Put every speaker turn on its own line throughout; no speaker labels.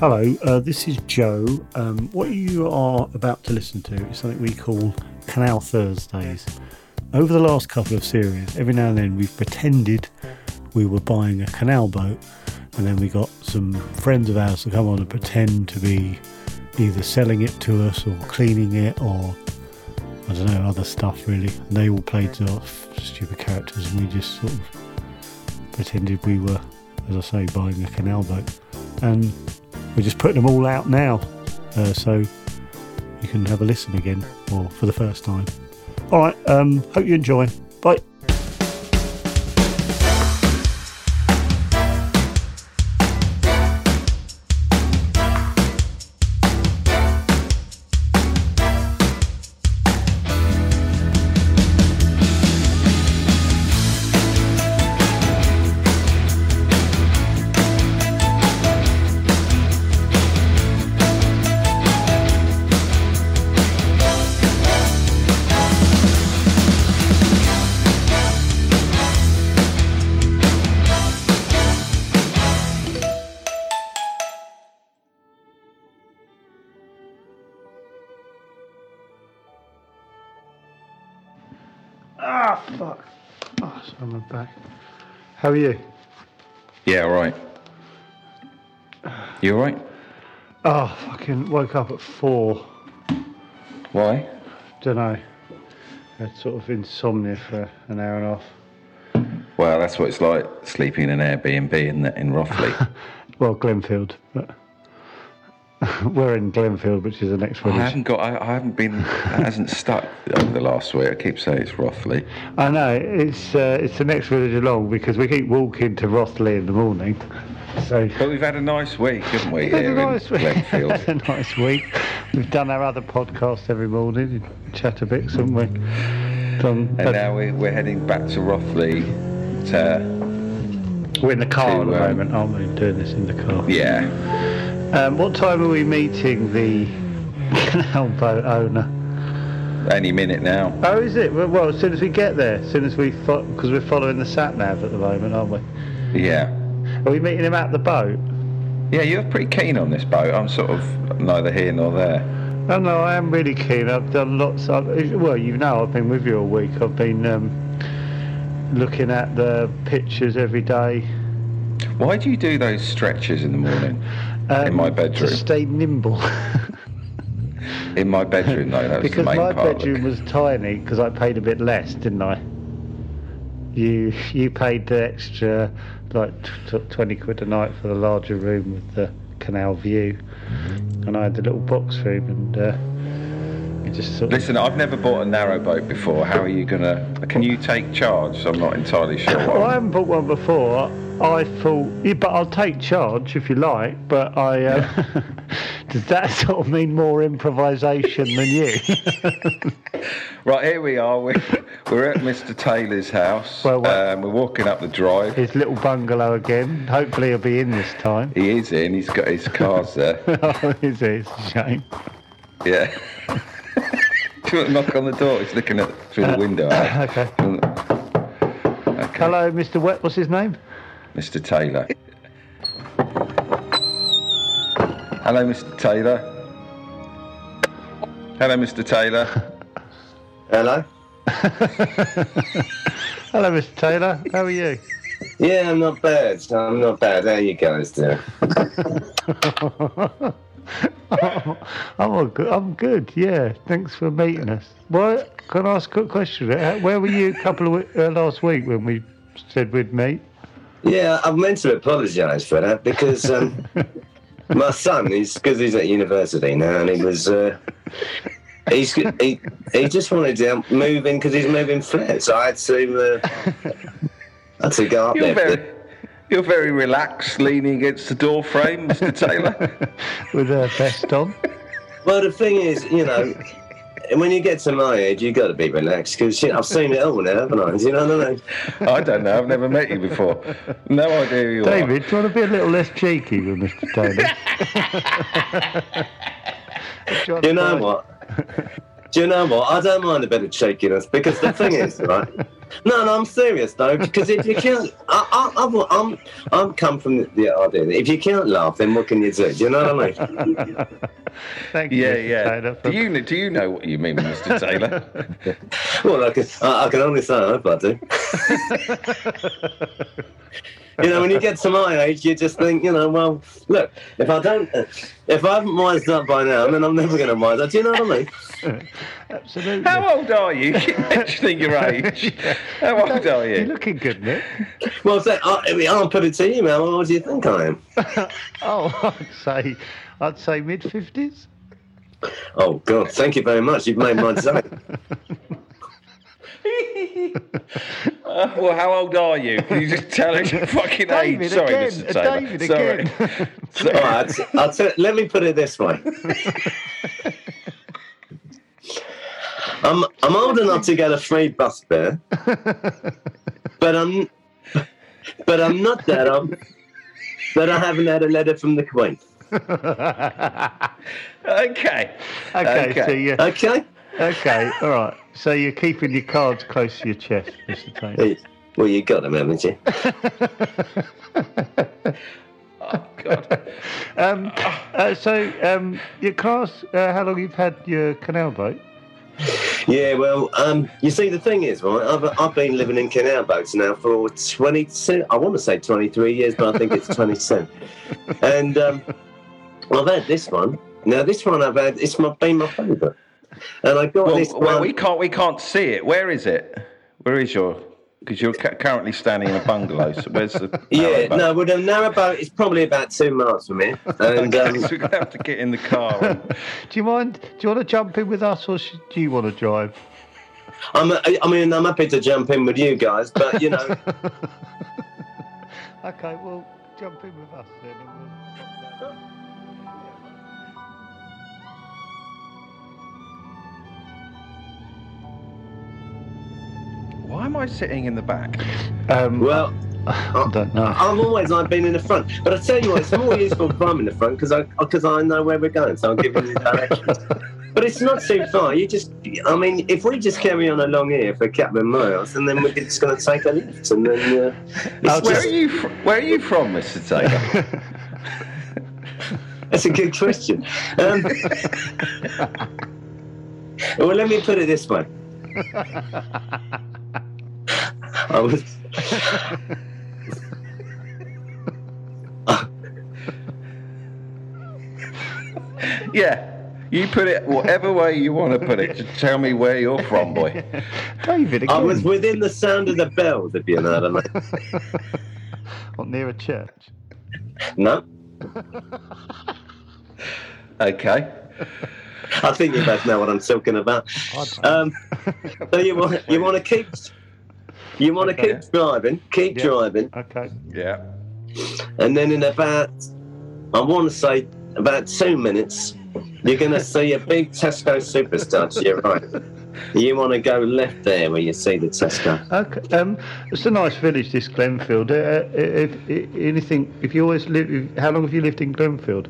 Hello, uh, this is Joe. Um, what you are about to listen to is something we call Canal Thursdays. Over the last couple of series, every now and then we've pretended we were buying a canal boat, and then we got some friends of ours to come on and pretend to be either selling it to us or cleaning it or I don't know, other stuff really. And they all played sort of stupid characters, and we just sort of pretended we were, as I say, buying a canal boat. And we're just putting them all out now, uh, so you can have a listen again or for the first time. All right, um, hope you enjoy. Bye. Ah, fuck. Oh, sorry, I'm back. How are you?
Yeah, all right. You all right?
Oh, fucking woke up at four.
Why?
Don't know. Had sort of insomnia for an hour and a half.
Well, that's what it's like sleeping in an Airbnb in in Roughly.
Well, Glenfield, but we're in Glenfield, which is the next
I
village.
haven't got. I, I haven't been. That hasn't stuck over the last week. I keep saying it's Roughly.
I know it's uh, it's the next village along because we keep walking to Rothley in the morning. So
But we've had a nice week, haven't we?
Had a
here
nice
in
week.
Glenfield.
Had a nice week. We've done our other podcast every morning in Chatterbix, haven't we? Done,
and now we're, we're heading back to Roughly. To
we're in the car at
to,
the
um,
moment, aren't we? Doing this in the car.
yeah.
Um, what time are we meeting the canal boat owner?
Any minute now.
Oh, is it? Well, well, as soon as we get there, as soon as we, because we're following the sat nav at the moment, aren't we?
Yeah.
Are we meeting him at the boat?
Yeah, you're pretty keen on this boat. I'm sort of neither here nor there.
Oh no, I am really keen. I've done lots. Of, well, you know, I've been with you all week. I've been um, looking at the pictures every day.
Why do you do those stretches in the morning?
Um,
in my bedroom.
To stay nimble.
In my bedroom, though, that was
because
the main
my
part. of the-
bedroom was tiny because I paid a bit less, didn't I? You you paid the extra like t- t- twenty quid a night for the larger room with the canal view, and I had the little box room and uh, it just sort of
Listen, I've never bought a narrow boat before. How are you gonna? Can you take charge? I'm not entirely
Well, I
sure.
haven't bought one before. I thought, yeah, but I'll take charge if you like. But I uh, does that sort of mean more improvisation than you?
right, here we are. We're, we're at Mr. Taylor's house.
Well, what-
um, we're walking up the drive.
His little bungalow again. Hopefully, he'll be in this time.
He is in. He's got his cars there.
oh, is it? It's a shame.
Yeah. Do you want to knock on the door? He's looking at through the window. Al.
Okay.
Do you want-
Hello, Mr. Wet. What's his name?
Mr. Taylor. Hello, Mr. Taylor. Hello, Mr. Taylor.
Hello.
Hello, Mr. Taylor. How are you?
Yeah, I'm not bad. I'm not bad. How you guys doing?
I'm all good. I'm good. Yeah. Thanks for meeting us. Well, can I ask a quick question? Uh, Where were you a couple of we- uh, last week when we said we'd meet?
Yeah, I meant to apologise for that because um, my son, he's because he's at university now, and he was uh, he's he he just wanted to move in because he's moving flat, so I had to uh, I had to go up
You're
there. for the-
very, you're very relaxed, leaning against the door frame, Mr. Taylor.
with her vest on.
Well, the thing is, you know. When you get to my age, you got to be relaxed because you know, I've seen it all now, haven't I? Do you know what I mean?
I don't know. I've never met you before. No idea who you
David, do you want to be a little less cheeky with Mr. Taylor? Do want
Do
to
you know
buy-
what? Do you know what? I don't mind a bit of cheekiness because the thing is, right? No, no, I'm serious though, because if you can't, I, I, I'm, I'm, I'm come from the, the idea that if you can't laugh, then what can you do? Do you know what I mean?
Thank you.
Yeah,
Mr.
yeah.
Taylor,
Do
for-
you, do you know what you mean, Mr. Taylor?
Well, I can, I, I can only say I hope I do. you know, when you get to my age, you just think, you know, well, look, if I don't, if I haven't wised up by now, then I'm never going to wise up. Do you know what I mean?
Absolutely.
How old are you? You keep mentioning your age. How old are
You're
you?
looking good, Nick.
Well, so, I, I mean, I'll put it to you, man. What do you think I am?
Oh, I'd say, I'd say mid fifties.
Oh God, thank you very much. You've made my day.
Uh, well, how old are you? Can you just tell us your fucking age?
David
Sorry,
again.
Mr. Taylor.
David
Sorry.
again.
All
Sorry.
right, I'll t- let me put it this way. I'm I'm old enough to get a free bus fare, but I'm but I'm not that old that I haven't had a letter from the Queen.
Okay.
Okay,
Okay.
so you
Okay.
okay, all right. So you're keeping your cards close to your chest, Mr. Taylor.
Hey, Well, you got them, haven't you?
Oh, God.
Um, uh, so um, your class, uh, how long you've had your canal boat?
Yeah. Well, um, you see, the thing is, right? I've I've been living in canal boats now for 22. I want to say 23 years, but I think it's 27. and um, I've had this one. Now, this one I've had. It's my been my favourite. And I got
Well,
this
well,
one.
we can't we can't see it. Where is it? Where is your? Because you're cu- currently standing in a bungalow. So where's the?
yeah,
narrowboat?
no, well, the narrowboat is probably about two miles from here. And
Okay, so
um,
we're gonna have to get in the car. and-
Do you mind? Do you want to jump in with us, or should, do you want to drive?
I'm, I mean, I'm happy to jump in with you guys, but you know,
Okay, well, jump in with us then. And we'll...
Why am I sitting in the back?
Um,
well. Oh.
I don't know.
I'm always I've been in the front, but I tell you what, it's more useful if I'm in the front because I because I know where we're going, so I'm giving you directions. But it's not too far. You just, I mean, if we just carry on along here for a couple of miles, and then we're just going to take a lift, and then uh,
I'll
it's
Where
just-
are you? Fr- where are you from, Mr. Taylor?
That's a good question. Um, well, let me put it this way. I was.
yeah. You put it whatever way you want to put it. Just tell me where you're from, boy.
David again.
I was within the sound of the bells, if you know what I mean.
Or near a church.
No,
Okay.
I think you both know what I'm talking about.
I don't-
Um, so you want you want to keep you want to
Okay.
keep driving, keep
Yeah.
driving,
okay.
Yeah.
and then in about I want to say about two minutes, you're going to see a big Tesco superstar to your right. You want to go left there where you see the Tesco.
Okay. Um, it's a nice village, this Glenfield. Uh, if, if anything, if you always live, if- how long have you lived in Glenfield?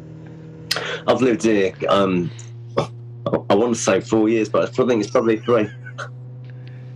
I've lived here. Um, I want to say four years, but I think it's probably three.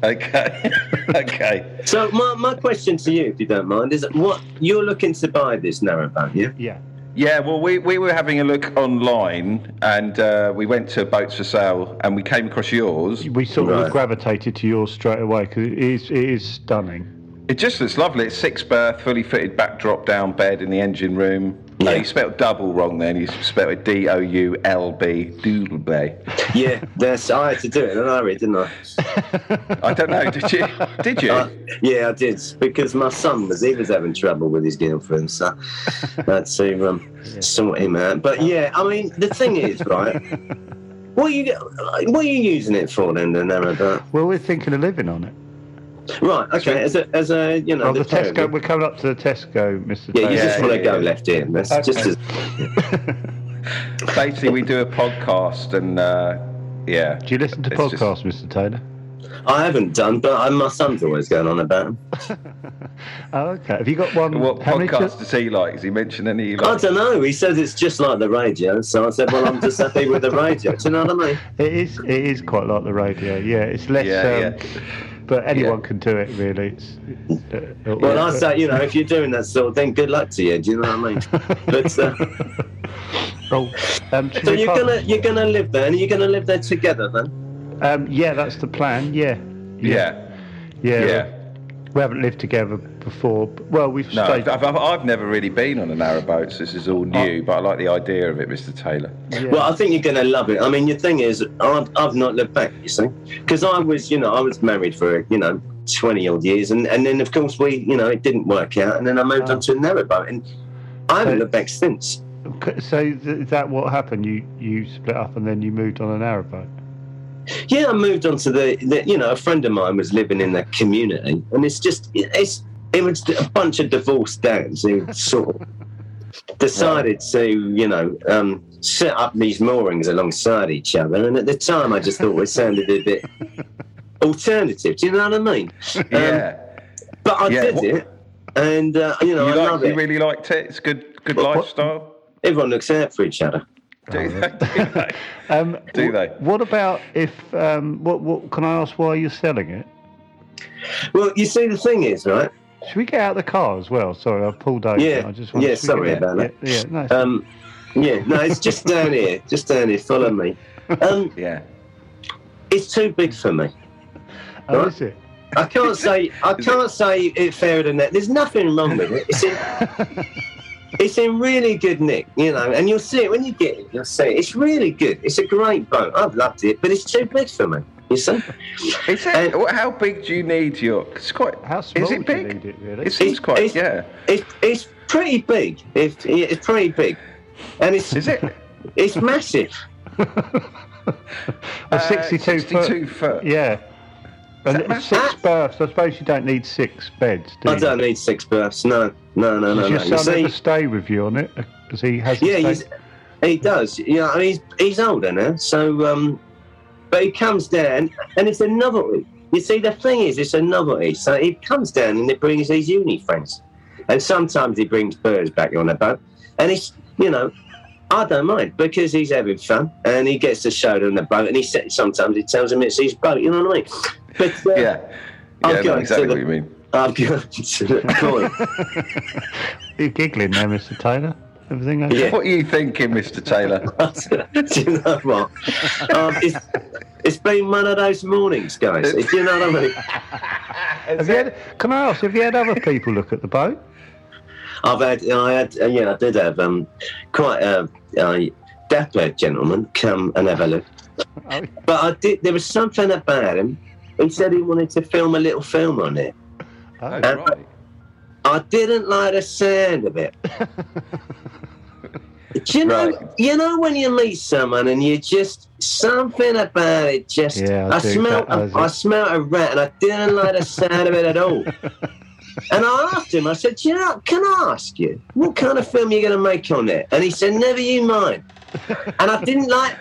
Okay. okay.
So my, my question to you, if you don't mind, is what you're looking to buy this narrowboat, yeah?
Yeah.
Yeah, well, we, we were having a look online and uh, we went to Boats for Sale and we came across yours.
We sort of
Right.
gravitated to yours straight away because it is, it is stunning.
It just looks lovely. It's six berth, fully fitted back drop down bed in the engine room. No,
Yeah.
you spelled double wrong then. You spelled it D O U L B, doodle bay.
Yeah, that's I had to do it in an hurry, didn't I?
I don't know. Did you? Did you?
Uh, yeah, I did because my son was he was having trouble with his girlfriend, so I had to um, sort him out. But yeah, I mean the thing is, right? What are you what are you using it for then, the narrowboat?
Well, we're thinking of living on it.
Right, okay, as a as a you know
Oh, the
ferry-
Tesco. We're coming up to the Tesco, Mr.
Yeah, you
Taylor.
just
Yeah,
want to
yeah,
go
yeah.
left in. That's
Okay.
just as,
Basically, we do a podcast and uh, yeah.
Do you listen to
It's just-
podcasts, Mr. Taylor?
I haven't done, but I, my son's always going on about. 'em.
Oh, okay. Have you got one?
What
how many
podcast
chil-
does he like? Has he mentioned any?
I
Like,
don't know. He says it's just like the radio, so I said, well, I'm just happy with the radio. Do you know what I mean?
It is. It is quite like the radio. Yeah, it's less.
Yeah,
um, but anyone
Yeah.
can do it, really. It's, uh,
Well, I say, you know, if you're doing that sort of thing, good luck to you. Do you know what I mean? But uh,
Well, um, should
so
we
you're
pass-
gonna you're gonna live there, and you're gonna live there together then.
um, yeah, that's the plan. Yeah,
Yeah,
yeah.
yeah.
We haven't lived together before. but- Well, we've
No,
stayed.
I've, I've, I've never really been on a narrowboat, so this is all new, but I like the idea of it, Mr. Taylor.
yeah.
Well, I think you're gonna love it. I mean, your thing is, I've, I've not lived back, you see, because I was, you know, I was married for you know twenty odd years, and and then of course we, you know, it didn't work out, and then I moved
Oh.
on to a narrowboat, and I haven't
So-
lived back since.
C- so th- is that what happened? You you split up and then you moved on an narrowboat.
Yeah, I moved on to the, the you know, a friend of mine was living in the community, and it's just it's it was a bunch of divorced dads who sort of decided to you know um, set up these moorings alongside each other, and at the time I just thought it sounded a bit alternative. Do you know what I mean?
yeah.
But I
Yeah,
did
wha-
it, and uh, you know
You,
I
like,
love
you
it.
really liked it? It's good, good
What- what-
lifestyle?
Everyone looks out for each other.
Do they? Do they?
Oh, Um,
Do
wh-
they?
What about if? Um, what what can I ask? Why you're selling it?
Well, you see, the thing is, right?
Should we get out of the car as well? Sorry, I've pulled over.
Yeah,
I just wanted
yeah,
should we
sorry
get-
about that.
Yeah, yeah, no, it's-
Um, yeah, no, it's just down here, just down here. Follow me. Um,
Yeah.
it's too big for me.
oh, is it?
I can't say I can't say it fairer than that. There's nothing wrong with it. It's in, it's in really good nick, you know, and you'll see it when you get it. You'll see it. It's really good. It's a great boat. I've loved it, but it's too big for me. You see,
Is it,
And-
wh- how big do you need your? It's quite.
Uh, How small
is it
do you
big?
need it really?
It seems
It-
quite.
it's-
yeah.
it's it's pretty big. It's it's pretty big, and it's
Is it?
it's massive.
a
Uh,
62, foot.
62 foot.
Yeah. And
that
it's six
massive?
berths. I suppose you don't need six beds, do you?
I don't need six berths. No, no, no, no,
Does
no.
your
You
son ever
see,
stay with you on it? Because he has.
yeah, he's, he does. You know, he's he's older now, so um, but he comes down, and it's a novelty. You see, the thing is, it's a novelty. So he comes down and he brings his uni friends, and sometimes he brings birds back on the boat, and it's you know. I don't mind because he's having fun and he gets to show them the boat and he sa- sometimes he tells them it's his boat, you know what I mean? But uh,
Yeah.
I'll
Yeah,
go
know
to
exactly
the-
what you mean.
I've got to the corner.
You're giggling there, Mr. Taylor. Everything okay?
Yeah.
What are you thinking, Mr. Taylor?
do you know what? Um, it's, it's been one of those mornings, guys. Do you know what I mean?
Have you had, can I ask? Have you had other people look at the boat?
I've had, I had, uh, yeah, I did have um, quite a, a deathbed gentleman come and have a look.
Oh,
But I did. There was something about him. He said he wanted to film a little film on it.
oh.
Oh, right.
I didn't like the sound of it. Do you know?
Right.
You know when you meet someone and you just something about it. Just
Yeah, I
I,
do.
smell.
That does
I, I
it.
smell a rat, and I didn't like the sound of it at all. And I asked him. I said, "Do "You know, can I ask you what kind of film you're going to make on it?" And he said, "Never you mind." And I didn't like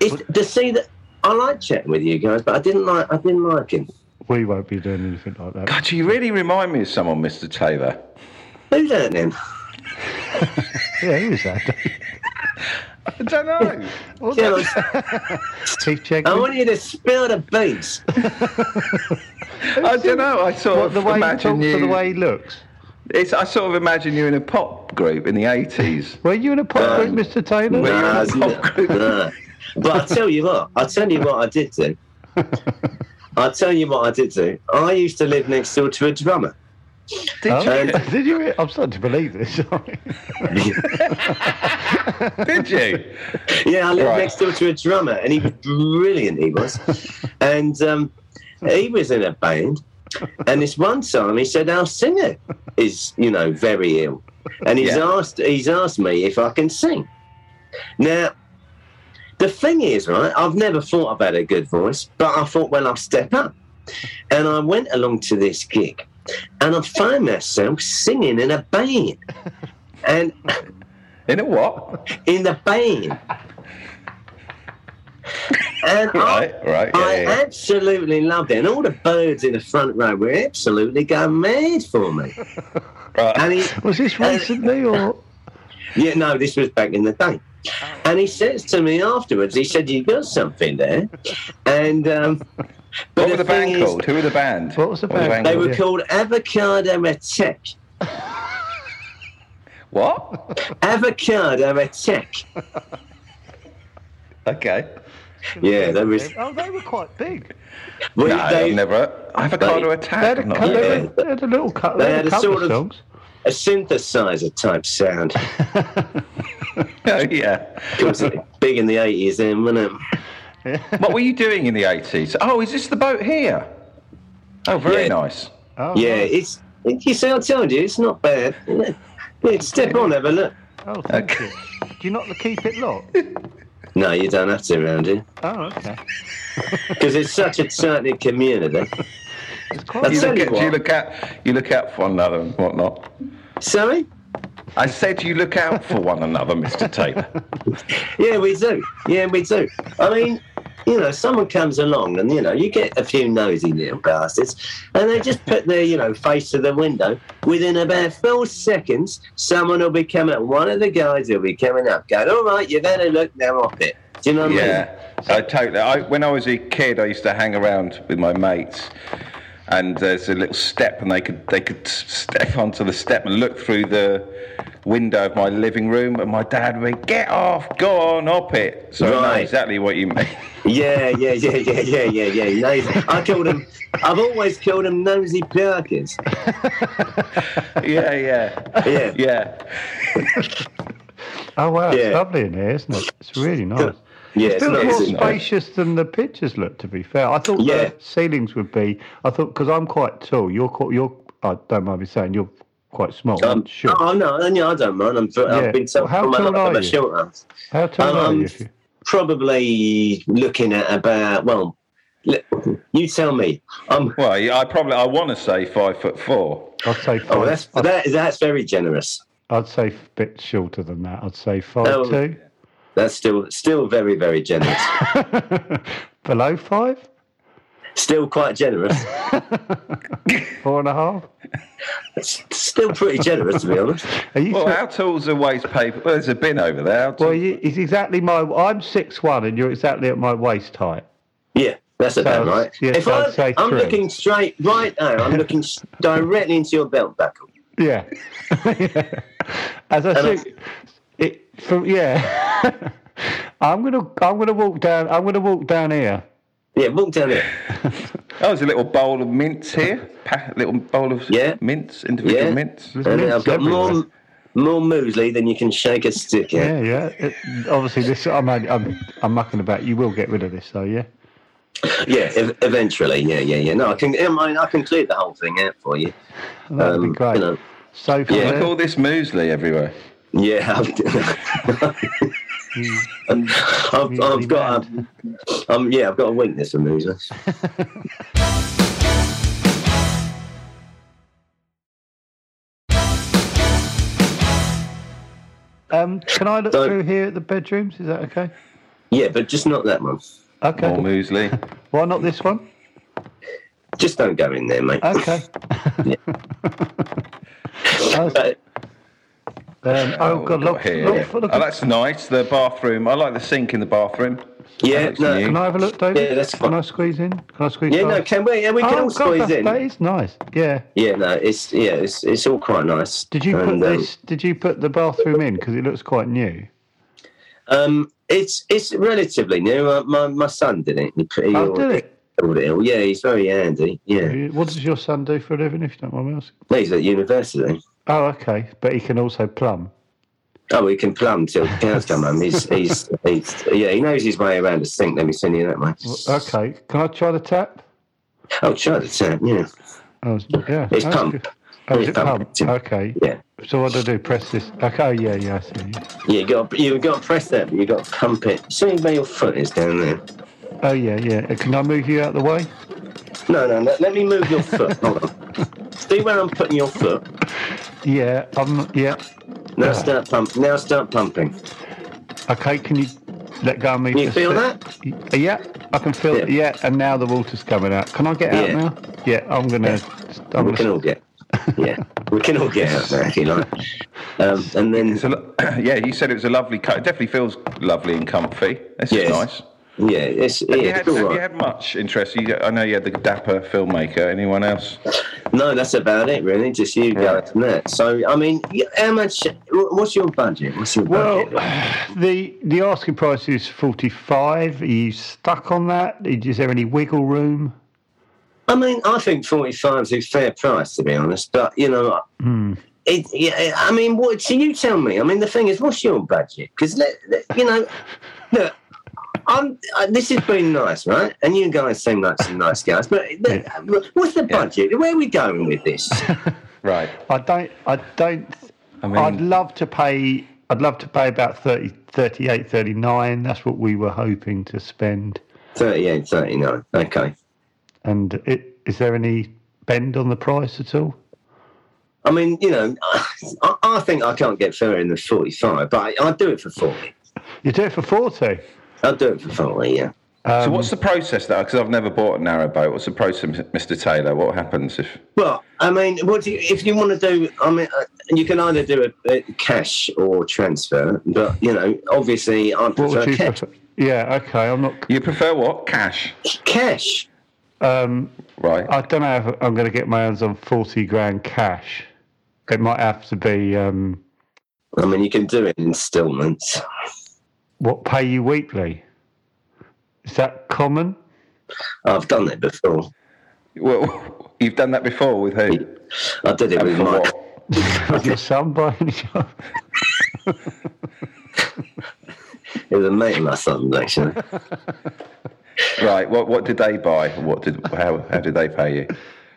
it to see that. I like chatting with you guys, but I didn't like. I didn't like him.
We won't be doing anything like that.
God, you really remind me of someone, Mr. Taylor.
Who's that then?
Yeah, who is that?
I don't know.
What's
You know,
that? Chief Chegwin?
I want you to spill the beans.
I don't know. I sort
What,
of
the way he talks
imagine you.
or the way he looks?
it's, I sort of imagine you in a pop group in the eighties.
Were you in a pop group, Mr. Taylor?
Were you in
Nah,
a
it's
pop
not-
group?
nah. But I tell you what, I tell you what I did do. I tell you what I did do. I used to live next door to a drummer.
Did
Oh,
you?
did you? I'm starting to believe this.
Did you?
Yeah, I lived
Right.
next door to a drummer, and he was brilliant. He was, and um, he was in a band. And this one time, he said, "Our singer is, you know, very ill, and he's
Yeah.
asked, he's asked me if I can sing." Now, the thing is, right? I've never thought I've had a good voice, but I thought, well, I'll step up, and I went along to this gig, and I found myself singing in a band, and
In a what?
in the band. And
Right, right.
I,
Yeah,
I
yeah, yeah.
absolutely loved it. And all the birds in the front row were absolutely going mad for me.
Right.
And he,
Was this recently or?
yeah, no, this was back in the day. And he says to me afterwards, he said, "You got something there." And um, but
What were the
thing
band
is,
called? Who were the band?
What was the
were
band
They
called?
were
Yeah.
called Avocado Attack.
What?
Avocado Attack.
Okay.
Yeah, they were.
Oh, they were quite big.
Well,
no,
they,
I've never. Avocado
They had
attack.
a,
I've not
cou-
heard
they
of
had-
it.
they had a little cut. They,
They
had,
had
a
a
couple
sort
of
of-
songs.
a synthesizer type sound.
Oh, yeah.
It was big in the eighties, then, wasn't it?
What were you doing in the 80s? Oh, is this the boat here? Oh, very
Yeah.
nice.
Oh,
yeah,
right.
it's. You see, I told you, it's not bad. Yeah, Step on, have a look.
Oh, thank you. Do you not keep it locked?
No, you don't have to around here
Oh, okay.
because it's such a tight community.
It's quite.
That's
You
Tell
look,
you
at, do you
what.
look out. You look out for one another and whatnot.
Sorry?
I said you look out for one another, Mr. Taylor.
Yeah, we do. Yeah, we do. I mean, you know, someone comes along and, you know, you get a few nosy little bastards and they just put their, you know, face to the window. Within about four seconds, someone will be coming up. One of the guys will be coming up going, all right, you've had a look, now off it. Do you know what I mean?
Yeah, I totally. I, when I was a kid, I used to hang around with my mates, and there's a little step, and they could they could s- step onto the step and look through the window of my living room, and my dad would be, "Get off, go on, up it." So I know
Right.
exactly what you mean.
Yeah, yeah, yeah, yeah, yeah, yeah, yeah. Nosy. I call them, I've always called them nosy Perkins.
yeah, yeah,
Yeah.
yeah.
Oh wow, it's
Yeah.
lovely in here, isn't it? It's really nice.
Yeah,
It's
it's
still
not
more
easy.
spacious than the pictures look. To be fair, I thought
Yeah.
the ceilings would be. I thought because I'm quite tall. You're quite. You're. I don't mind me saying you're quite small.
Um,
I'm sure.
Oh, no, no, I don't mind. I'm,
Yeah.
I've been told
How
all my
tall
life
are
I'm a
you?
short ass.
How tall are
um,
you? If you?
probably looking at about well l- you tell me um
Well, yeah, I probably I want to say five foot four.
I'd say five.
oh that's
I'd,
that, that's very generous
I'd say a bit shorter than that. I'd say five
Oh.
two.
that's still still very very generous
Below five.
still quite generous
Four and a half.
S- still pretty generous to be honest
Are you?
Well,
sure?
how tall's a waste paper? Well, there's a bin over there. How tall-
well, you, it's exactly my. I'm six one, and you're exactly at my waist height.
yeah that's about
Sounds-
right
yeah,
if I,
sounds say
i'm
three.
looking straight right now i'm looking s- directly into your belt buckle
Yeah. As I
And
said, it from yeah. I'm gonna I'm gonna walk down I'm gonna walk down here.
yeah walk down here
Oh, there's a little bowl of mints here. Pa- little bowl of
Yeah.
mints, individual
Yeah.
mints.
There's
and
mints
i've got
everywhere.
more more muesli than you can shake a stick at
Yeah, yeah. It- obviously, this I'm I'm I'm mucking about. You will get rid of this, though. Yeah.
yeah ev- eventually yeah yeah yeah no i can i mean i can clear the whole thing out for you
Oh, That'd be
Um,
great.
you know.
So from
Yeah.
Look
there,
all this muesli everywhere.
Yeah, I've, um,
you-
I've, I've got a, um, yeah, I've got a weakness for movies.
um, can I look
So-
through here at the bedrooms? Is that okay?
Yeah, but just not that one.
Okay.
More muesli.
Why not this one?
Just don't go in there, mate.
Okay. Oh,
But,
um, oh
we've
God! Look,
here.
look, look,
oh, that's nice. The bathroom. I like the sink in the bathroom.
yeah,
That's
no,
new.
Can I have a look, David?
Yeah, that's
Can
fine.
I squeeze in? Can I squeeze?
yeah, no,
past?
can we? Yeah, we can
oh,
all
God,
squeeze
that, that
in.
is nice. Yeah.
Yeah, no, it's yeah, it's it's all quite nice.
Did you put
And, um,
this? Did you put the bathroom in because it looks quite new?
Um, it's it's relatively new. Uh, my my son did it. He, put- he
Oh, did it?
ordered it all. Yeah, he's very handy. Yeah,
What does your son do for a living? If you don't mind me asking.
he's at university.
Oh, okay. But he can also plumb.
Oh, he can plumb till cows come home. He's, he's, he's, yeah, he knows his way around a sink. Let me send you that way.
Well, Okay. Can I try the tap?
Oh, try the tap, yeah.
Oh, yeah.
It's
that's
pump.
good. Oh, is it
It's pump.
pump? Okay.
Yeah.
So what do I do? Press this. Okay. Yeah. Yeah. I see.
Yeah, you got you got to press that, but you got to pump it. See where your foot is down there.
Oh, yeah. Yeah. Uh, Can I move you out of the way?
No, no, let, let me move your foot. Hold on. See where I'm putting your foot.
Yeah. Um. Yeah.
Now start pump. Now start pumping.
Okay. Can you let go of me?
Can you
for a
feel
sec? uh,
that?
Yeah, I can feel. Yeah.
Yeah.
and now the water's coming out. Can I get out
Yeah.
now? Yeah, I'm gonna. I'm
We can
gonna
all get. yeah, we can all get out there if you like. Um, and then,
It's a, lo- yeah, you said it was a lovely coat. It definitely feels lovely and comfy. This
Yes.
is nice.
yeah, it's, yeah,
Have you, had,
it's all
have
right.
you had much interest? You, I know you had the dapper filmmaker. Anyone else?
No, that's about it, really. Just you guys and that. So, I mean, y- how much? wh- What's your budget? What's your
Well,
budget?
the the asking price is forty five. Are you stuck on that? Is there any wiggle room?
I mean, I think 45 is a fair price, to be honest. But, you know, it, yeah, I mean, what? So you tell me. I mean, the thing is, what's your budget? Because, you know, look, I'm, I, this has been nice, right? And you guys seem like some nice guys. But, but uh, what's the budget? Where are we going with this?
Right.
I don't. I don't. I
I mean-
would love to pay. I'd love to pay about 30, 38, 39. That's what we were hoping to spend.
38, 39. Okay.
And it, is there any bend on the price at all?
I mean, you know, I, I think I can't get further than 45, but I, I'd do it for 40.
You do it for forty.
I'd do it for 40, yeah.
so what's
Um,
the process though? Because I've never bought a narrowboat. What's the process, Mr. Taylor? What happens if?
Well, I mean, what do you, if you want to do? I mean, uh, you can either do a, a cash or transfer, but you know, obviously, I
What
prefer
would you
cash.
prefer? Yeah. Okay. I'm not.
You prefer what? Cash.
cash.
Um,
Right.
Uh,
I don't know if I'm going to get my hands on forty grand cash. It might have to be. Um,
I mean, you can do it in instalments.
what pay you weekly? Is that common?
I've done it before.
well, you've done that before with who?
I did it with
For
my.
what?
With your son by any chance?
It was a mate of my son's actually.
Right. What What did they buy? What did How How did they pay you?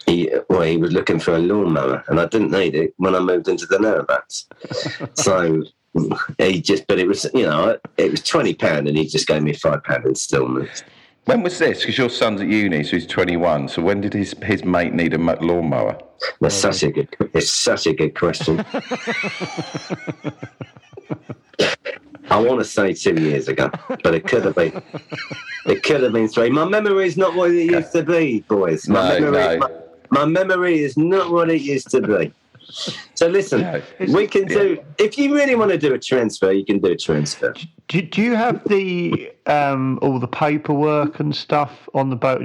He, well, he was looking for a lawnmower, and I didn't need it when I moved into the Narrabats. so he just, but it was, you know, it was twenty pound, and he just gave me five pound instalments.
When was this? Because your son's at uni, so he's 21. So when did his his mate need a mo- lawnmower?
That's such a good. It's such a good question. I want to say two years ago, but it could have been. It could have been three. My memory is not what it used to be, boys. My
No,
memory,
no.
My, my memory is not what it used to be. So listen,
No, it's-
we can do. If you really want to do a transfer, you can do a transfer.
Do, do you have the um, all the paperwork and stuff on the boat?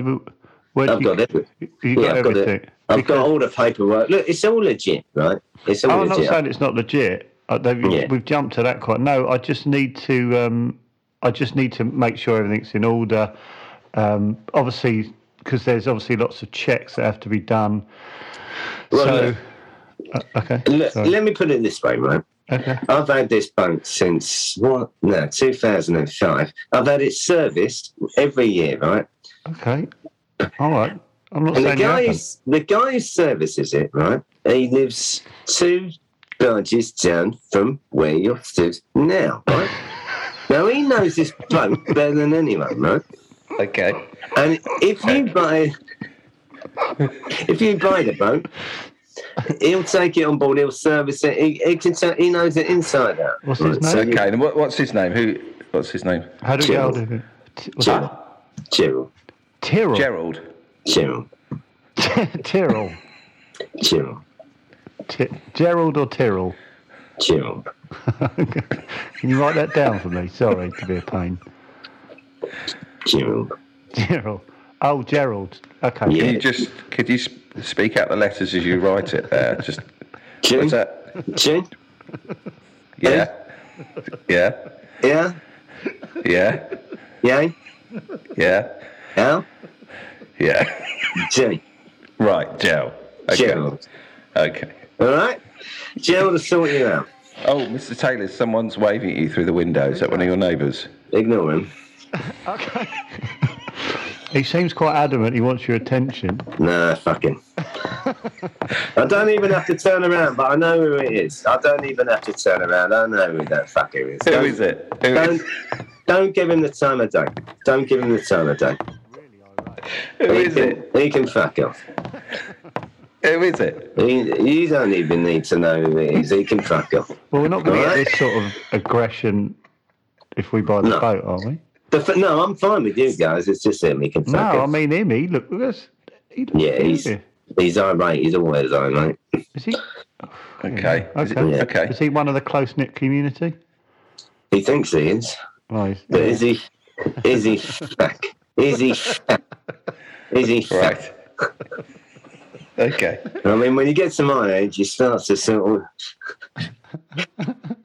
Where do
I've
you,
got it.
You
Yeah,
got
I've got
everything.
it. I've got all the paperwork. Look, it's all legit, right? It's all
I'm not
legit.
saying it's not legit. I, they've-
Yeah.
We've jumped to that quite. No, I just need to. Um, I just need to make sure everything's in order. Um, obviously, because there's obviously lots of checks that have to be done.
Well,
so,
look.
uh, okay,
Look,
sorry.
let me put it this way, right?
okay,
I've had this boat since what? No, 2005. I've had it serviced every year, right?
okay, all right. I'm not
And the
saying you
guy,
haven't.
who's, the guy who services it, right? He lives two barges down from where you're stood now, right? now he knows this boat better than anyone, right?
Okay.
And if you buy, if you buy the boat, he'll take it on board. He'll service it. He, he can. Tell, he knows it inside out.
What's his
right? So
name?
you-
Okay. And what, what's his name? Who? What's his name?
How do we get
Gerald.
hold of it? T- what's
Gerald.
that?
Gerald.
Tyrrell.
Gerald.
Gerald.
Tyrrell.
Gerald.
T- Gerald or Tyrrell?
Gerald.
Can you write that down for me? Sorry to be a pain.
Gerald.
Gerald. Oh, Gerald. Okay.
Can
Yeah.
you just could you sp- speak out the letters as you write it there? Just
Jim.
what's that?
Jim.
Yeah. Yeah.
Yeah.
Yeah.
Yeah.
Yeah.
Al.
Yeah.
Jim.
Right, Gerald. Okay.
Gerald.
Okay.
All right. Gerald will sort you out.
Oh, Mr. Taylor, someone's waving at you through the window. Is that one of your neighbours?
Ignore him.
He seems quite adamant. He wants your attention.
Nah, fucking. I don't even have to turn around, but I know who it is. I don't even have to turn around. I know who that fucker is.
Who
Don't-
is it? Who is-
Don't, don't give him the time of day. Don't give him the time of day.
who
He
is
can,
it?
He can fuck off.
Who Oh, is it?
He, you don't even need to know who it is. He can fuck off.
Well, we're not going to
All right.
get this sort of aggression if we buy the
No.
boat, are we?
The f- no, I'm fine with you guys. It's just him. He can fuck
No,
off.
I mean him. He look. look at us. He looks
Yeah, he's-
familiar.
he's irate. He's always irate.
Is he?
Okay. Is it-
Okay.
okay.
Is he one of the close knit community?
He thinks he is,
Right.
but is he? Is he? Fuck. Is he? Fuck. Is he? Fuck?
Right. okay.
I mean, when you get to my age, you start to sort of.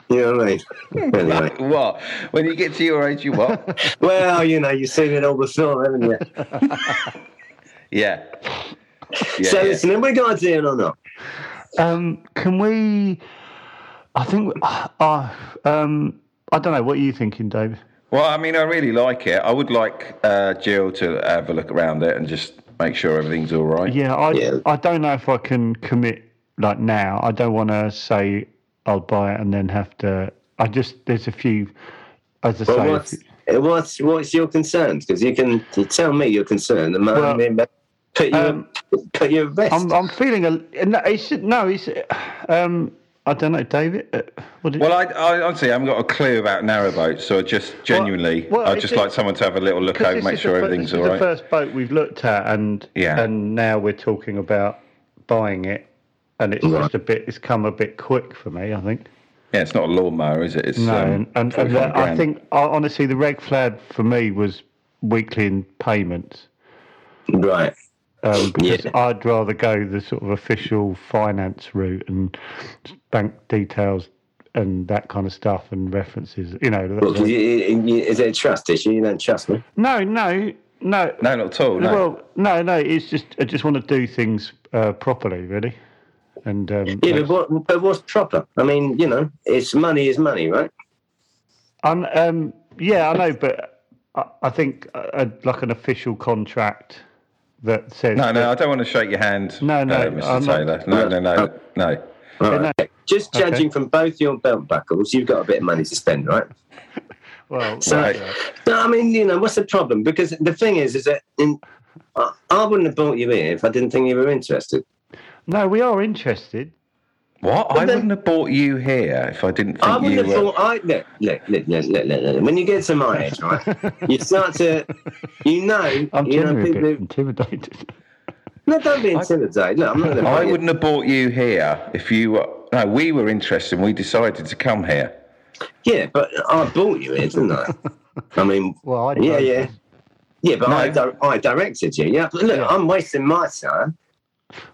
you know what I mean? Anyway.
What? When you get to your age, you what?
Well, you know, you've seen it all before, haven't you?
yeah. Yeah,
so,
yeah.
listen, have we got a deal or not?
Um, can we? I think. Uh, um, I don't know. What are you thinking, David?
Well, I mean, I really like it. I would like uh, Jill to have a look around it and just make sure everything's all right.
Yeah, I
Yeah.
I don't know if I can commit like now. I don't want to say I'll buy it and then have to. I just there's a few, as I
Well,
say.
what's, uh,
if-
what's what's your concern? Because you can you tell me your concern, and
Well,
well, put your
um,
put your best.
I'm I'm feeling a no. It's no. It's um. I don't know, David. uh, What did,
Well, I, I honestly haven't got a clue about narrowboats, so I just genuinely,
well,
I'd
it-
just like someone to have a little look
'cause
over,
this
make
is
sure
the fir-
everything's
this
all
is
right.
The first boat we've looked at, and
Yeah.
and now we're talking about buying it, and it's just a bit. It's come a bit quick for me. I think.
Yeah, it's not a lawnmower, is it? It's
No, and,
um,
and, and
45
that- I
grand.
think I, honestly the red flag for me was weekly in payments
right.
um, because
Yeah.
I'd rather go the sort of official finance route and bank details and that kind of stuff and references. You know, that-
Well, 'cause you, you, you- is it a trust issue? You don't trust me.
no, no, no.
No, not at all. No.
Well, no, no. It's just I just want to do things uh, properly, really. And um,
Yeah, but, what, but what's proper? I mean, you know, it's money is money, right?
I'm, um, yeah, I know, but I, I think uh, uh, like an official contract that says
no, no, I don't want to shake your hand,
No, no,
uh, Mr.
I'm not-
Taylor. No, no, no, no.
All
Yeah,
right. Just
Okay.
judging from both your belt buckles, you've got a bit of money to spend, right?
Well,
So,
right.
No, I mean, you know, what's the problem? Because the thing is, is that in, I, I wouldn't have brought you in if I didn't think you were interested.
no, we are interested.
What? I
then-
wouldn't have bought you here if I didn't think
I wouldn't
you
have
were.
thought. I look, look, look, look, look, look, look. When you get to my age, right, you start to, you know,
I'm
you know,
generally a
people.
bit
who-
intimidated.
No, don't be intimidated. No, I'm not going to.
I wouldn't have bought you here if you were. No, we were interested and we decided to come here.
Yeah, but I bought you here, didn't I? I mean,
Well, I
yeah, yeah, yeah. But I,
No.
di- I directed you. Yeah, but look,
Yeah.
I'm wasting my time.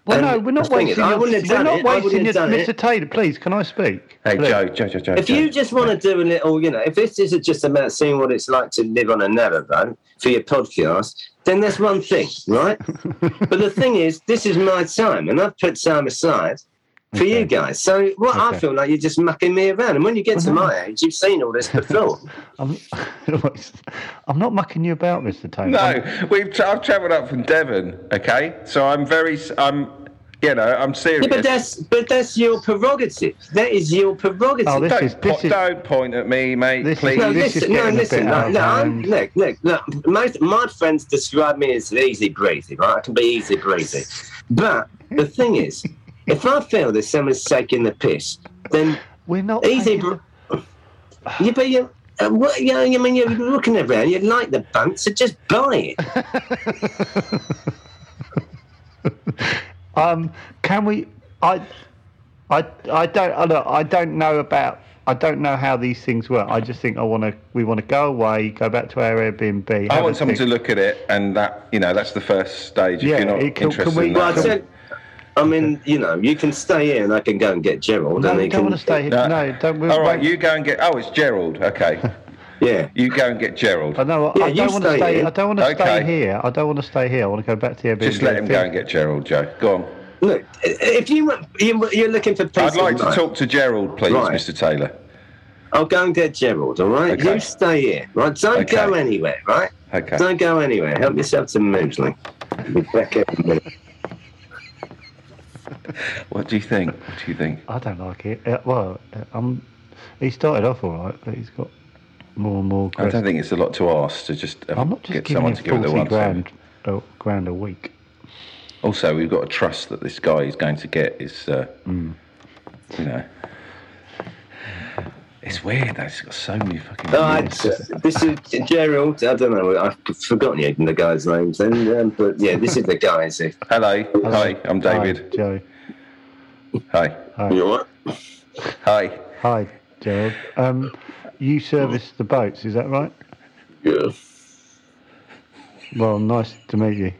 Well, no,
And
we're not
the thing
wasting.
is, I
your-
wouldn't have
we're
done
not
it. I
wasting
wouldn't
your,
have done
Mr.
it.
Taylor. Please, can I speak?
Hey,
Please.
Joe, Joe, Joe, Joe.
If
Joe.
you just want to do a little, you know, if this isn't just about seeing what it's like to live on a narrowboat for your podcast, then that's one thing, right? but the thing is, this is my time, and I've put time aside for you guys. So what I
Okay.
feel like you're just mucking me around, and when you get to my age, you've seen all this before.
I'm, I'm not mucking you about, Mr. Taylor. I'm-
No, we've tra- I've travelled up from Devon. Okay, so I'm very. s- I'm. You know, I'm serious.
Yeah, but that's but that's your prerogative. That is your prerogative.
Oh, this
don't,
is this
po-
is
don't point at me, mate.
This is-
please.
no,
this is
listen, no,
getting a
listen,
bit out
no,
of
no, I'm,
hand.
look, look, look. Most my friends describe me as easy breezy, right? I can be easy breezy, but the thing is, if I feel that someone's taking the piss, then
we're not
easy.
taking-
Br- you but you. Uh, what, you know, I mean, you're looking around, you like the bunk, so just buy it.
Um, can we? I, I, I don't. I don't, I don't know about. I don't know how these things work. I just think I want to. We want to go away, go back to our Airbnb.
I
have a
want someone to
think.
look at it, and that you know, that's the first stage.
Yeah,
if you're not
it- can- can
interested
we-
in
Well, I,
that.
said, I mean, you know, you can stay here and I can go and get Gerald.
No,
and
we
he
don't
can,
want to stay here. No, don't. We'll
All right,
wait.
you go and get. Oh, it's Gerald. Okay,
Yeah.
you go and get Gerald.
I know.
Yeah,
I
you
don't want to
stay
stay.
here.
I don't want to
Okay.
stay here. I don't want to stay here. I want to go back to the Airbnb.
Just let him go and get Gerald, Joe. Go on.
Look, if you were- you- you're looking for peace,
I'd like
of
to
mind,
talk to Gerald, please,
Right.
Mr. Taylor.
I'll go and get Gerald. All right,
Okay.
you stay here. Right, don't go
Okay.
anywhere. Right,
Okay.
don't go anywhere. Help yourself to muesli. Be back in a minute.
What do you think? What do you think?
I don't like it. Uh, well, uh, um, he started off all right, but he's got more and more.
I
Aggressive.
don't think it's a lot to ask to just, um,
I'm not just
get
giving
someone
him
to give it the
forty
one.
grand, a, grand a week.
Also, we've got to trust that this guy is going to get his, uh, you know. It's weird. though, It's got so many fucking.
All right,
rules.
this is Gerald. I don't know. I've forgotten the guy's names. Then, um, but yeah, this is the guy. Is it?
Hello. Hi, I'm
Hi,
David.
Joe.
Hi.
Hi,
You alright?
Hi.
hi, Gerald. Um, you service the boats, is that right?
Yeah.
Well, nice to meet you.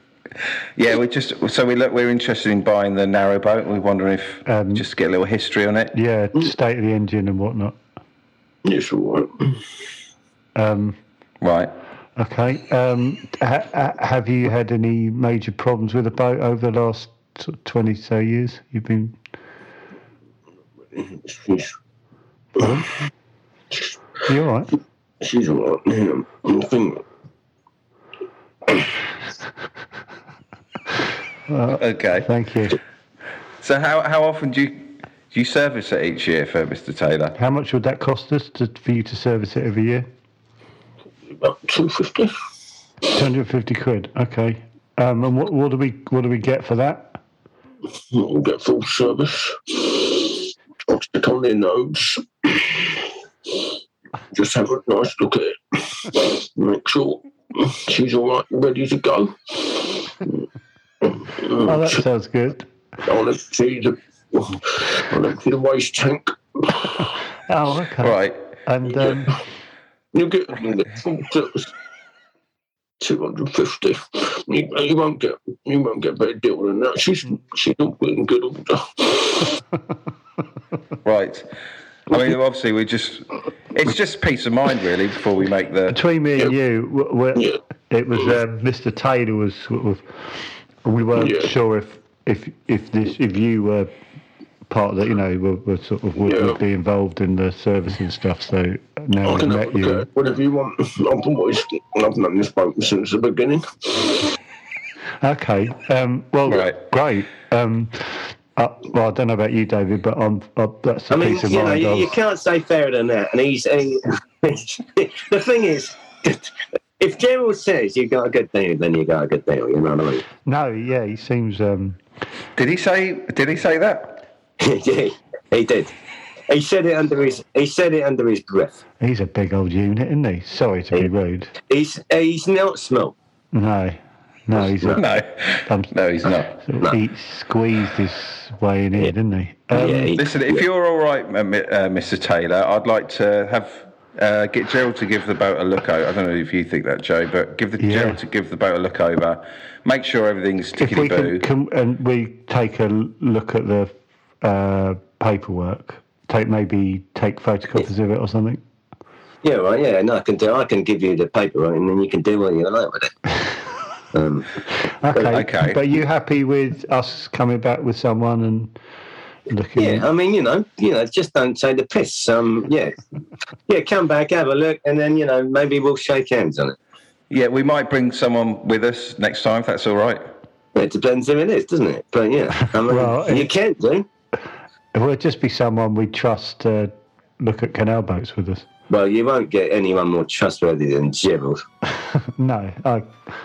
Yeah, we just so we look. We're interested in buying the narrow boat. We wonder if
Um,
just to get a little history on it.
Yeah, state of the engine and whatnot.
Yes, alright.
Um,
Right.
okay. Um, ha- ha- have you had any major problems with the boat over the last sort of twenty so years? You've been
She's,
you all right?
she's alright. Yeah. I think
Okay.
Thank you.
So how how often do you do you service it each year for Mr. Taylor?
How much would that cost us to, for you to service it every year?
about 250.
Two hundred and fifty quid. Okay. Um, and what, what do we what do we get for that?
We'll get full service. I'll stick on their nose. Just have a nice look at it. Make sure she's all right and ready to go.
Oh, that sounds good.
I'll empty the, I'll empty the waste tank.
Oh, okay.
Right.
And um,
You'll get full service. 250. You, you won't get you won't get a better deal than that. She's she's all good and good order.
Right. I mean, obviously, we just it's just peace of mind really before we make the
between me and you, w- w-
Yeah.
it was um, Mr. Taylor was sort of. We weren't
Yeah.
sure if if if this if you were part of that you know were, were sort of would,
Yeah. Oh,
would be involved in the service and stuff. So now
I
we've
can
met
have a
you.
go. Whatever you want. I've always I've known this boat since the beginning.
Okay. Um, well,
Right.
great. Um, uh, well, I don't know about you, David, but I'm, uh, that's a
I mean,
piece of
you know,
mind.
you,
I've-
you can't say fairer than that. And he's, he, the thing is, if Gerald says you got a good deal, then you got a good deal. You know what I mean?
No, yeah, he seems. Um,
Did he say? Did he say that?
yeah, he did. He said it under his. He said it under his breath.
he's a big old unit, isn't he? Sorry to be rude.
He's he's not small.
No, no, he's a,
No.
um,
No, he's not.
he squeezed his way in here, didn't he? Um,
yeah, he,
Listen, if you're all right, uh, Mi- uh, Mr. Taylor, I'd like to have uh, get Gerald to give the boat a look over. I don't know if you think that, Joe, but give the
Yeah.
Gerald to give the boat a look over. Make sure everything's
if we
tickety
can,
boo.
can, and we take a look at the uh, paperwork, take maybe take photocopies of it or something.
yeah, right. Yeah, no, I can do. I can give you the paperwork, and then you can do what you like with it. Um,
Okay.
Okay.
But you happy with us coming back with someone and looking?
yeah, I mean, you know, you know, just don't say the piss. Um, yeah, yeah, come back, have a look, and then you know maybe we'll shake hands on it.
Yeah, we might bring someone with us next time if that's all right.
It depends who it is, doesn't it? But yeah, I mean,
Well,
you
it-
can do.
It would just be someone we trust to look at canal boats with us.
Well, you won't get anyone more trustworthy than Gerald.
No, I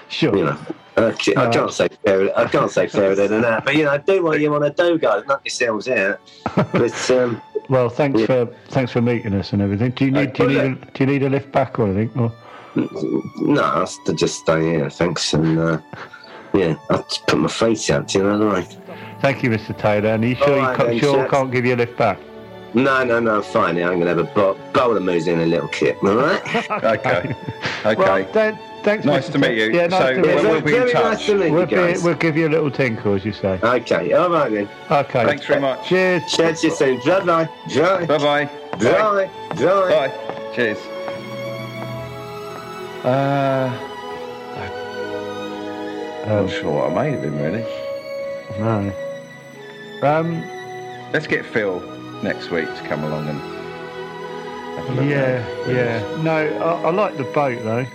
sure.
You know, I, ca- I can't say fairer. I can't say fairer than that. But you know, do what you want to do, guys. Knock yourselves out. But um,
Well, thanks for thanks for meeting us and everything. Do you need do you need a, do you need a lift back or anything? Or,
no, I have to just stay here. Thanks, and uh, yeah, I have to put my face out. Do you know what I mean?
thank you, Mr. Taylor. And are you sure
All
you
right
can't,
then,
sure
chaps.
can't give you a lift back?
No, no, no. I'm fine. I'm gonna have a bo- bowl of moose in a little kip. All right.
Okay. Okay.
Well, th- thanks.
Nice
Mr.
to meet
Taylor.
you.
Yeah, nice
So,
to meet
we'll-
you.
we'll be in
very
touch.
nice to meet you
We'll, be-
guys.
we'll give you a little tinkle, as you say.
Okay. All right then.
Okay.
Uh, Thanks very much.
Cheers.
Chat to you soon. Bye bye.
Bye-bye.
Bye
Bye.
bye. Bye.
Bye. Cheers. Uh, I'm
Um,
not sure what I made of him really.
no. Um.
Let's get Phil next week to come along and have a look.
Yeah.
at it.
Yeah. No, I, I like the boat though.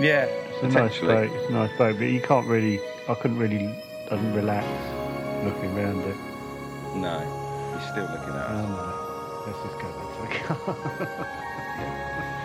Yeah.
It's a nice
Potentially.
boat. It's a nice boat, but you can't really. I couldn't really. I didn't relax looking round it.
No. He's still looking at us.
Um, let's just go back to the car.
Uh,